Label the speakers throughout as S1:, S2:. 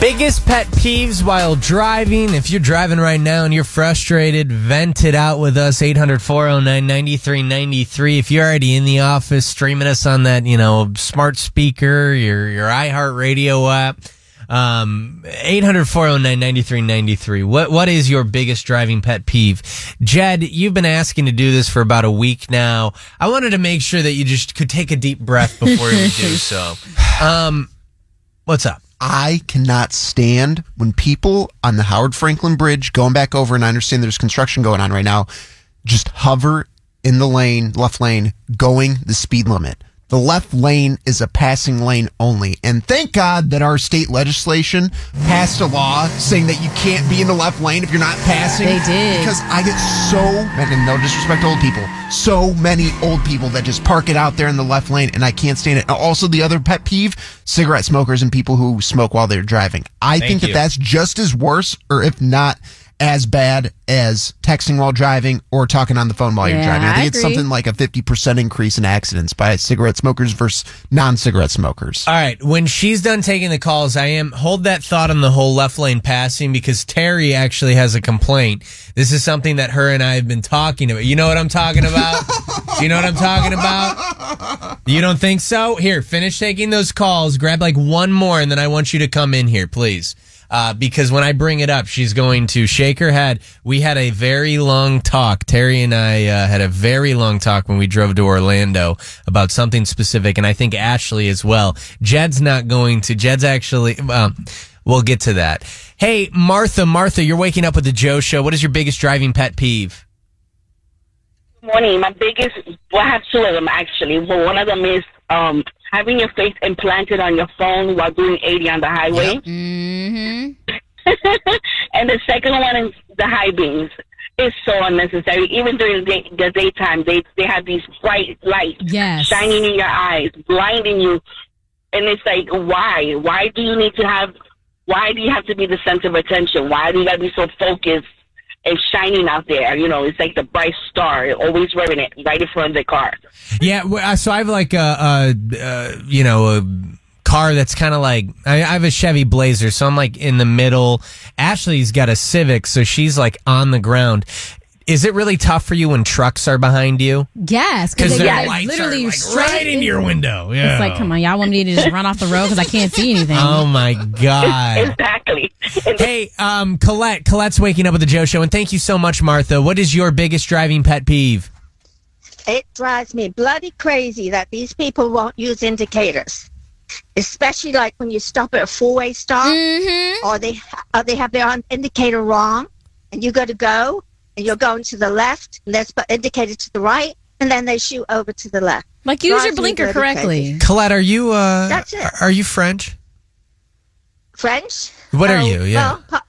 S1: Biggest pet peeves while driving. If you're driving right now and you're frustrated, vent it out with us. 800 409 9393. If you're already in the office, streaming us on that, you know, smart speaker, your, your iHeartRadio app. Um, 800 409 9393. What, what is your biggest driving pet peeve? Jed, you've been asking to do this for about a week now. I wanted to make sure that you just could take a deep breath before you do so. Um, what's up?
S2: I cannot stand when people on the Howard Franklin Bridge going back over, and I understand there's construction going on right now, just hover in the lane, left lane, going the speed limit. The left lane is a passing lane only. And thank God that our state legislation passed a law saying that you can't be in the left lane if you're not passing.
S3: They did.
S2: Because I get so, and no disrespect to old people, so many old people that just park it out there in the left lane, and I can't stand it. Also, the other pet peeve: cigarette smokers and people who smoke while they're driving. I think that
S1: you.
S2: that's just as worse, or if not as bad as texting while driving or talking on the phone while you're
S3: Yeah,
S2: driving. I think
S3: I
S2: it's
S3: agree.
S2: something like a fifty percent increase in accidents by cigarette smokers versus non-cigarette smokers.
S1: All right. When she's done taking the calls, I am hold that thought on the whole left lane passing because Terry actually has a complaint. This is something that her and I have been talking about. You know what I'm talking about? Do you know what I'm talking about? You don't think so? Here, finish taking those calls. Grab like one more, and then I want you to come in here, please. Uh, because when I bring it up, she's going to shake her head. We had a very long talk. Terry and I uh, had a very long talk when we drove to Orlando about something specific, and I think Ashley as well. Jed's not going to. Jed's actually. Um, we'll get to that. Hey, Martha, Martha, you're waking up with the Joe Show. What is your biggest driving pet peeve?
S4: morning. My biggest, well, I have two of them actually. Well, one of them is um, having your face implanted on your phone while doing 80 on the highway.
S3: Mm-hmm.
S4: and the second one is the high beams. It's so unnecessary. Even during the, day, the daytime, they they have these bright lights
S3: Yes.
S4: shining in your eyes, blinding you, and it's like, why? Why do you need to have? Why do you have to be the center of attention? Why do you gotta be so focused and shining out there? You know, it's like the bright star, always wearing it right in front of the car.
S1: Yeah, w- uh, so I have like a, a, uh you know, a car that's kind of like I, I have a Chevy Blazer, so I'm like in the middle. Ashley's got a Civic, so she's like on the ground. Is it really tough for you when trucks are behind you?
S3: Yes,
S1: Because
S3: they-
S1: their
S3: they're
S1: lights
S3: literally
S1: are
S3: straight
S1: like right
S3: in-
S1: into your window. Yeah.
S3: It's like, come on, y'all want me to just run off the road because I can't see anything.
S1: Oh my god.
S4: Exactly. And
S1: hey, um, Colette. Colette's waking up with the Joe Show, and thank you so much, Martha. What is your biggest driving pet peeve?
S5: It drives me bloody crazy that these people won't use indicators, especially like when you stop at a four-way stop, or they or they have their own indicator wrong, and you got to go, and you're going to the left, and that's but indicated to the right, and then they shoot over to the left.
S3: Like, use
S5: Drives
S3: your
S5: me
S3: blinker
S5: bloody
S3: correctly.
S1: Colette, are you uh,
S5: That's it.
S1: are you French?
S5: French?
S1: What are
S5: Oh,
S1: you? Yeah.
S5: Well, pa-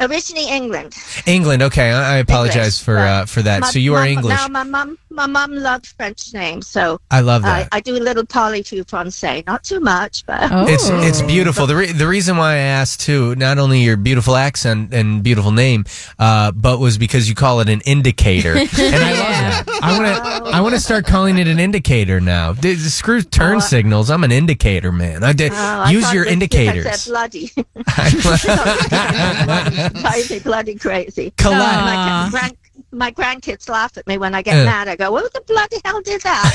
S5: originally England.
S1: England. Okay, I, I apologize
S5: English,
S1: for
S5: but
S1: uh, for that.
S5: My-
S1: so you are
S5: my-
S1: English.
S5: Now my mom, my mom loves French names, so
S1: I love
S5: I,
S1: that.
S5: I do a little polyfu français, not too much, but.
S3: Oh.
S1: it's it's beautiful. The re- the reason why I asked too, not only your beautiful accent and beautiful name, uh, but was because you call it an indicator, and I love that. I want to I want to start calling it an indicator now. D- screw turn signals. I'm an indicator man. I did
S5: Oh, I
S1: use
S5: thought
S1: your
S5: it was because they're
S1: indicators.
S5: Bloody,
S1: I-
S5: bloody, bloody crazy.
S1: Collide.
S5: My, grand, my grandkids laugh at me when I get
S1: Uh.
S5: mad. I go, "Who the bloody hell did that?"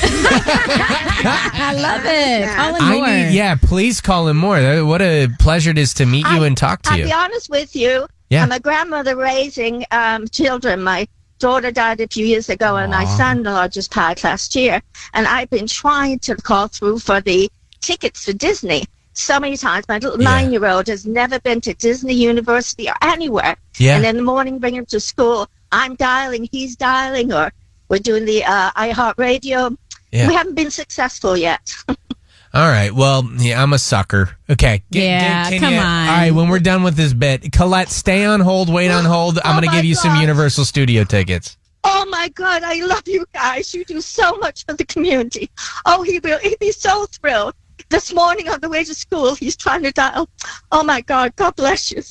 S3: I love it. Call in
S1: I
S3: more.
S1: need, yeah, please call him more. That- What a pleasure it is to meet you
S5: I-
S1: and talk to
S5: I'll
S1: you.
S5: be honest with you.
S1: Yeah.
S5: I'm a grandmother raising um, children. My daughter died a few years ago, and my son-in-law just died last year. And I've been trying to call through for the tickets for Disney so many times. My little
S1: Yeah.
S5: nine-year-old has never been to Disney University or anywhere.
S1: Yeah.
S5: And in the morning, bring him to school. I'm dialing, he's dialing, or we're doing the uh, iHeartRadio.
S1: Yeah.
S5: We haven't been successful yet.
S1: All right. Well, yeah, I'm a sucker. Okay. Get-
S3: Yeah,
S1: get-
S3: come
S1: you-
S3: on.
S1: All right. When we're done with this bit, Colette, stay on hold. Wait on hold. I'm
S5: Oh
S1: going to
S5: my
S1: give you some
S5: God.
S1: Universal Studio tickets.
S5: Oh my God, I love you guys. You do so much for the community. Oh, he will. He'd be so thrilled. This morning on the way to school, he's trying to dial. Oh my God, God bless you.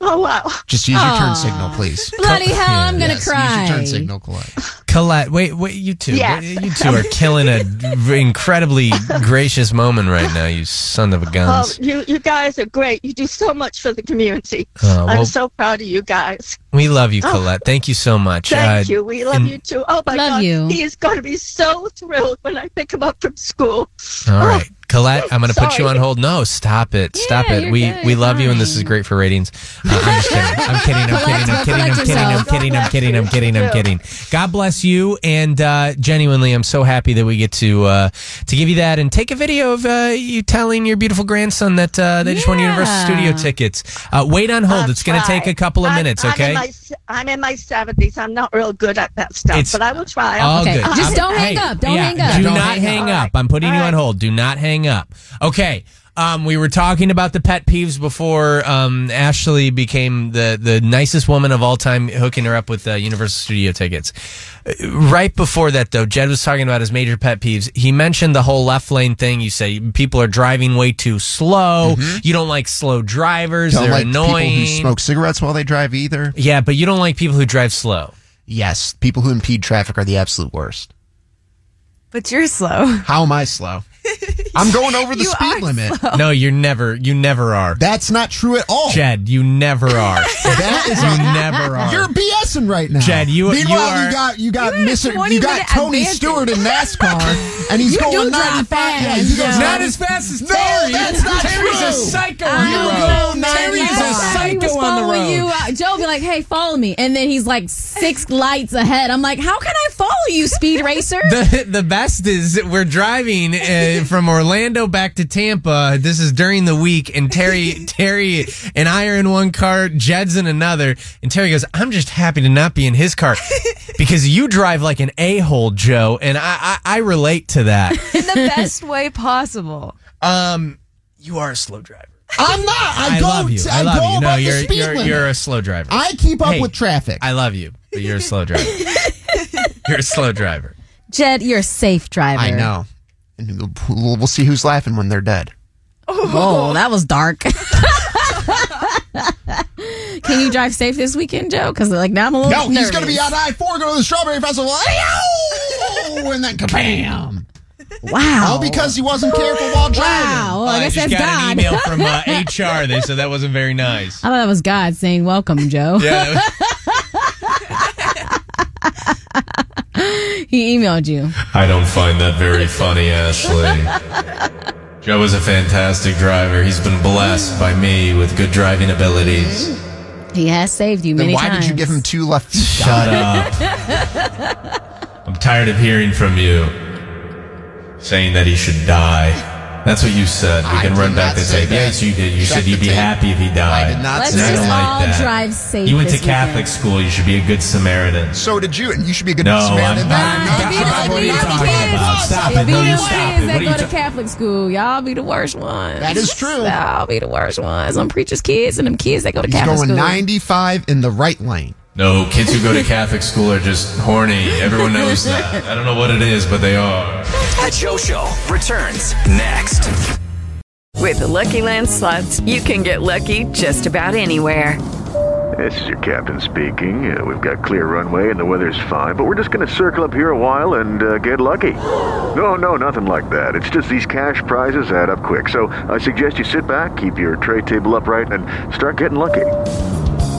S5: Oh wow.
S2: Just use your
S3: Aw.
S2: turn signal, please.
S3: Bloody hell, I'm gonna
S2: Yes,
S3: cry.
S2: Use your turn signal, Colette.
S1: Colette, wait, wait, you two,
S5: Yes.
S1: you two are killing an incredibly gracious moment right now. You son of a
S5: Oh,
S1: guns.
S5: you you guys are great. You do so much for the community.
S1: Oh, well-
S5: I'm so proud of you guys.
S1: we love you, Colette. Thank you so much.
S5: oh. Thank
S1: Uh,
S5: you. We love
S1: and-
S5: you too. Oh my
S3: Love
S5: God,
S3: you.
S5: he is going to be so thrilled when I pick him up from school. Oh,
S1: All right, Colette, I'm going to put you
S5: Sorry.
S1: on hold. No, stop it, stop
S3: Yeah,
S1: it.
S3: you're
S1: We
S3: good,
S1: we love you, and this
S3: fine.
S1: is great for ratings. Uh, I'm just kidding. I'm kidding. I'm kidding. I'm kidding. I'm kidding. I'm kidding. I'm kidding. I'm kidding. I'm kidding. God bless you, and uh, genuinely, I'm so happy that we get to uh, to give you that and take a video of uh, you telling your beautiful grandson that uh, they just won
S3: Yeah.
S1: Universal Studio tickets. Uh, wait on hold.
S5: I'll
S1: It's going to
S5: try.
S1: take a couple of
S5: I'm-
S1: minutes.
S5: I'm in
S1: Okay.
S5: my, I'm in my 70s. I'm not real good at that stuff,
S1: It's-
S5: but I will try. I'll
S1: All
S3: Okay,
S1: good.
S3: just
S1: I'm-
S3: don't hang up. Don't hang up.
S1: Do
S3: Don't
S1: not
S3: hang
S1: hang
S5: up.
S1: up. I'm putting
S5: All
S1: you
S5: right.
S1: on hold. Do not hang up. Okay. Um, we were talking about the pet peeves before um, Ashley became the, the nicest woman of all time, hooking her up with uh, Universal Studio tickets. Uh, Right before that, though, Jed was talking about his major pet peeves. He mentioned the whole left lane thing. You say people are driving way too slow. You don't like slow drivers.
S2: Mm-hmm. Don't
S1: They're
S2: like
S1: annoying.
S2: people who smoke cigarettes while they drive either.
S1: Yeah, but you don't like people who drive slow.
S2: Yes, people who impede traffic are the absolute worst.
S6: But you're slow.
S2: How am I slow? I'm going over the
S6: You
S2: speed
S6: are
S2: limit.
S1: No, you're never. You never are.
S2: That's not true at all.
S1: Jed, you never are.
S2: That is
S1: You
S2: a
S1: never are.
S2: You're BSing right now,
S1: Jed, you- you
S2: Meanwhile, you,
S1: are-
S2: got you got
S6: have
S2: Mr.
S6: 20
S2: You got
S6: minute
S2: Tony
S6: advantage.
S2: Stewart in NASCAR, and he's
S3: You do
S2: going
S3: drive
S2: 95. Yeah,
S3: fast,
S2: he goes
S3: though.
S1: not as fast as Terry.
S2: that's not
S1: Terry's
S2: true.
S1: a psycho.
S2: know.
S1: on the road. Terry's a
S3: He was
S1: psycho on the
S3: following you.
S1: road.
S3: Uh, Joe be like, "Hey, follow me," and then he's like six lights ahead. I'm like, "How can I follow you, speed racer?"
S1: The, the best is that we're driving uh, from Orlando back to Tampa. This is during the week, and Terry Terry and I are in one car, Jed's in another, and Terry goes, "I'm just happy to not be in his car because you drive like an a hole, Joe, and I, I I relate to that.
S6: In the best way possible.
S1: Um, you are a slow driver.
S2: I'm not. I,
S1: I
S2: go.
S1: love you.
S2: t-
S1: I
S2: go
S1: love you.
S2: above
S1: No,
S2: the
S1: you're
S2: speed
S1: you're,
S2: limit.
S1: you're a slow driver.
S2: I keep up
S1: Hey,
S2: with traffic.
S1: I love you, but you're a slow driver. you're a slow driver.
S3: Jed, you're a safe driver.
S2: I know. And we'll, we'll see who's laughing when they're dead. Oh.
S3: Whoa, that was dark. Can you drive safe this weekend, Joe? Because like now I'm a little
S2: No,
S3: nervous.
S2: he's going to be on I four going to the Strawberry Festival. Ayo! and then kabam!
S3: Wow.
S2: All because he wasn't careful while driving.
S3: Oh. wow. Well, I guess
S1: just
S3: that's
S1: got
S3: God.
S1: an email from uh, HR. They said that wasn't very nice.
S3: I thought that was God saying, "Welcome, Joe."
S1: Yeah, that was-
S3: He emailed you.
S1: I don't find that very funny, Ashley. Joe is a fantastic driver. He's been blessed by me with good driving abilities.
S3: He has saved you
S2: Then
S3: many
S2: why
S3: times.
S2: did you give him two left feet?
S1: Shut up. I'm tired of hearing from you saying that he should die. That's what you said. We
S2: I
S1: can
S2: did
S1: run back
S2: not
S1: the
S2: say
S1: tape.
S2: that.
S1: Yes, you did. You
S2: Shut
S1: said you'd be
S2: the tape.
S1: happy if he died.
S2: did not
S3: Let's
S2: say
S1: And I
S3: just
S1: don't
S2: that.
S3: all
S1: like that.
S3: drive safe.
S1: You went to
S3: this weekend.
S1: Catholic school. You should be a good Samaritan.
S2: So did you, and you should be a good
S1: No,
S2: Samaritan.
S1: I'm not.
S2: That-
S3: Be
S1: Stop
S3: like
S1: it. What are
S3: me
S1: you
S3: and the
S1: talking
S3: kids.
S1: about? Stop it.
S3: Be
S1: No,
S3: the
S1: you
S3: ones
S1: stop it.
S3: that
S1: What are
S3: go
S1: you
S3: to
S1: ta-
S3: Catholic school. Y'all be the worst ones.
S2: That is true.
S3: Y'all be the worst ones. I'm preachers' kids and them kids that go to
S2: He's
S3: Catholic
S2: going
S3: school.
S2: 95 in the right lane.
S1: No, kids who go to Catholic school are just horny. Everyone knows that. I don't know what it is, but they are.
S7: The Joe Show returns next.
S8: With the Lucky Land slots, you can get lucky just about anywhere.
S9: This is your captain speaking. Uh, we've got clear runway and the weather's fine, but we're just going to circle up here a while and uh, get lucky. No, no, nothing like that. It's just these cash prizes add up quick. So I suggest you sit back, keep your tray table upright, and start getting lucky.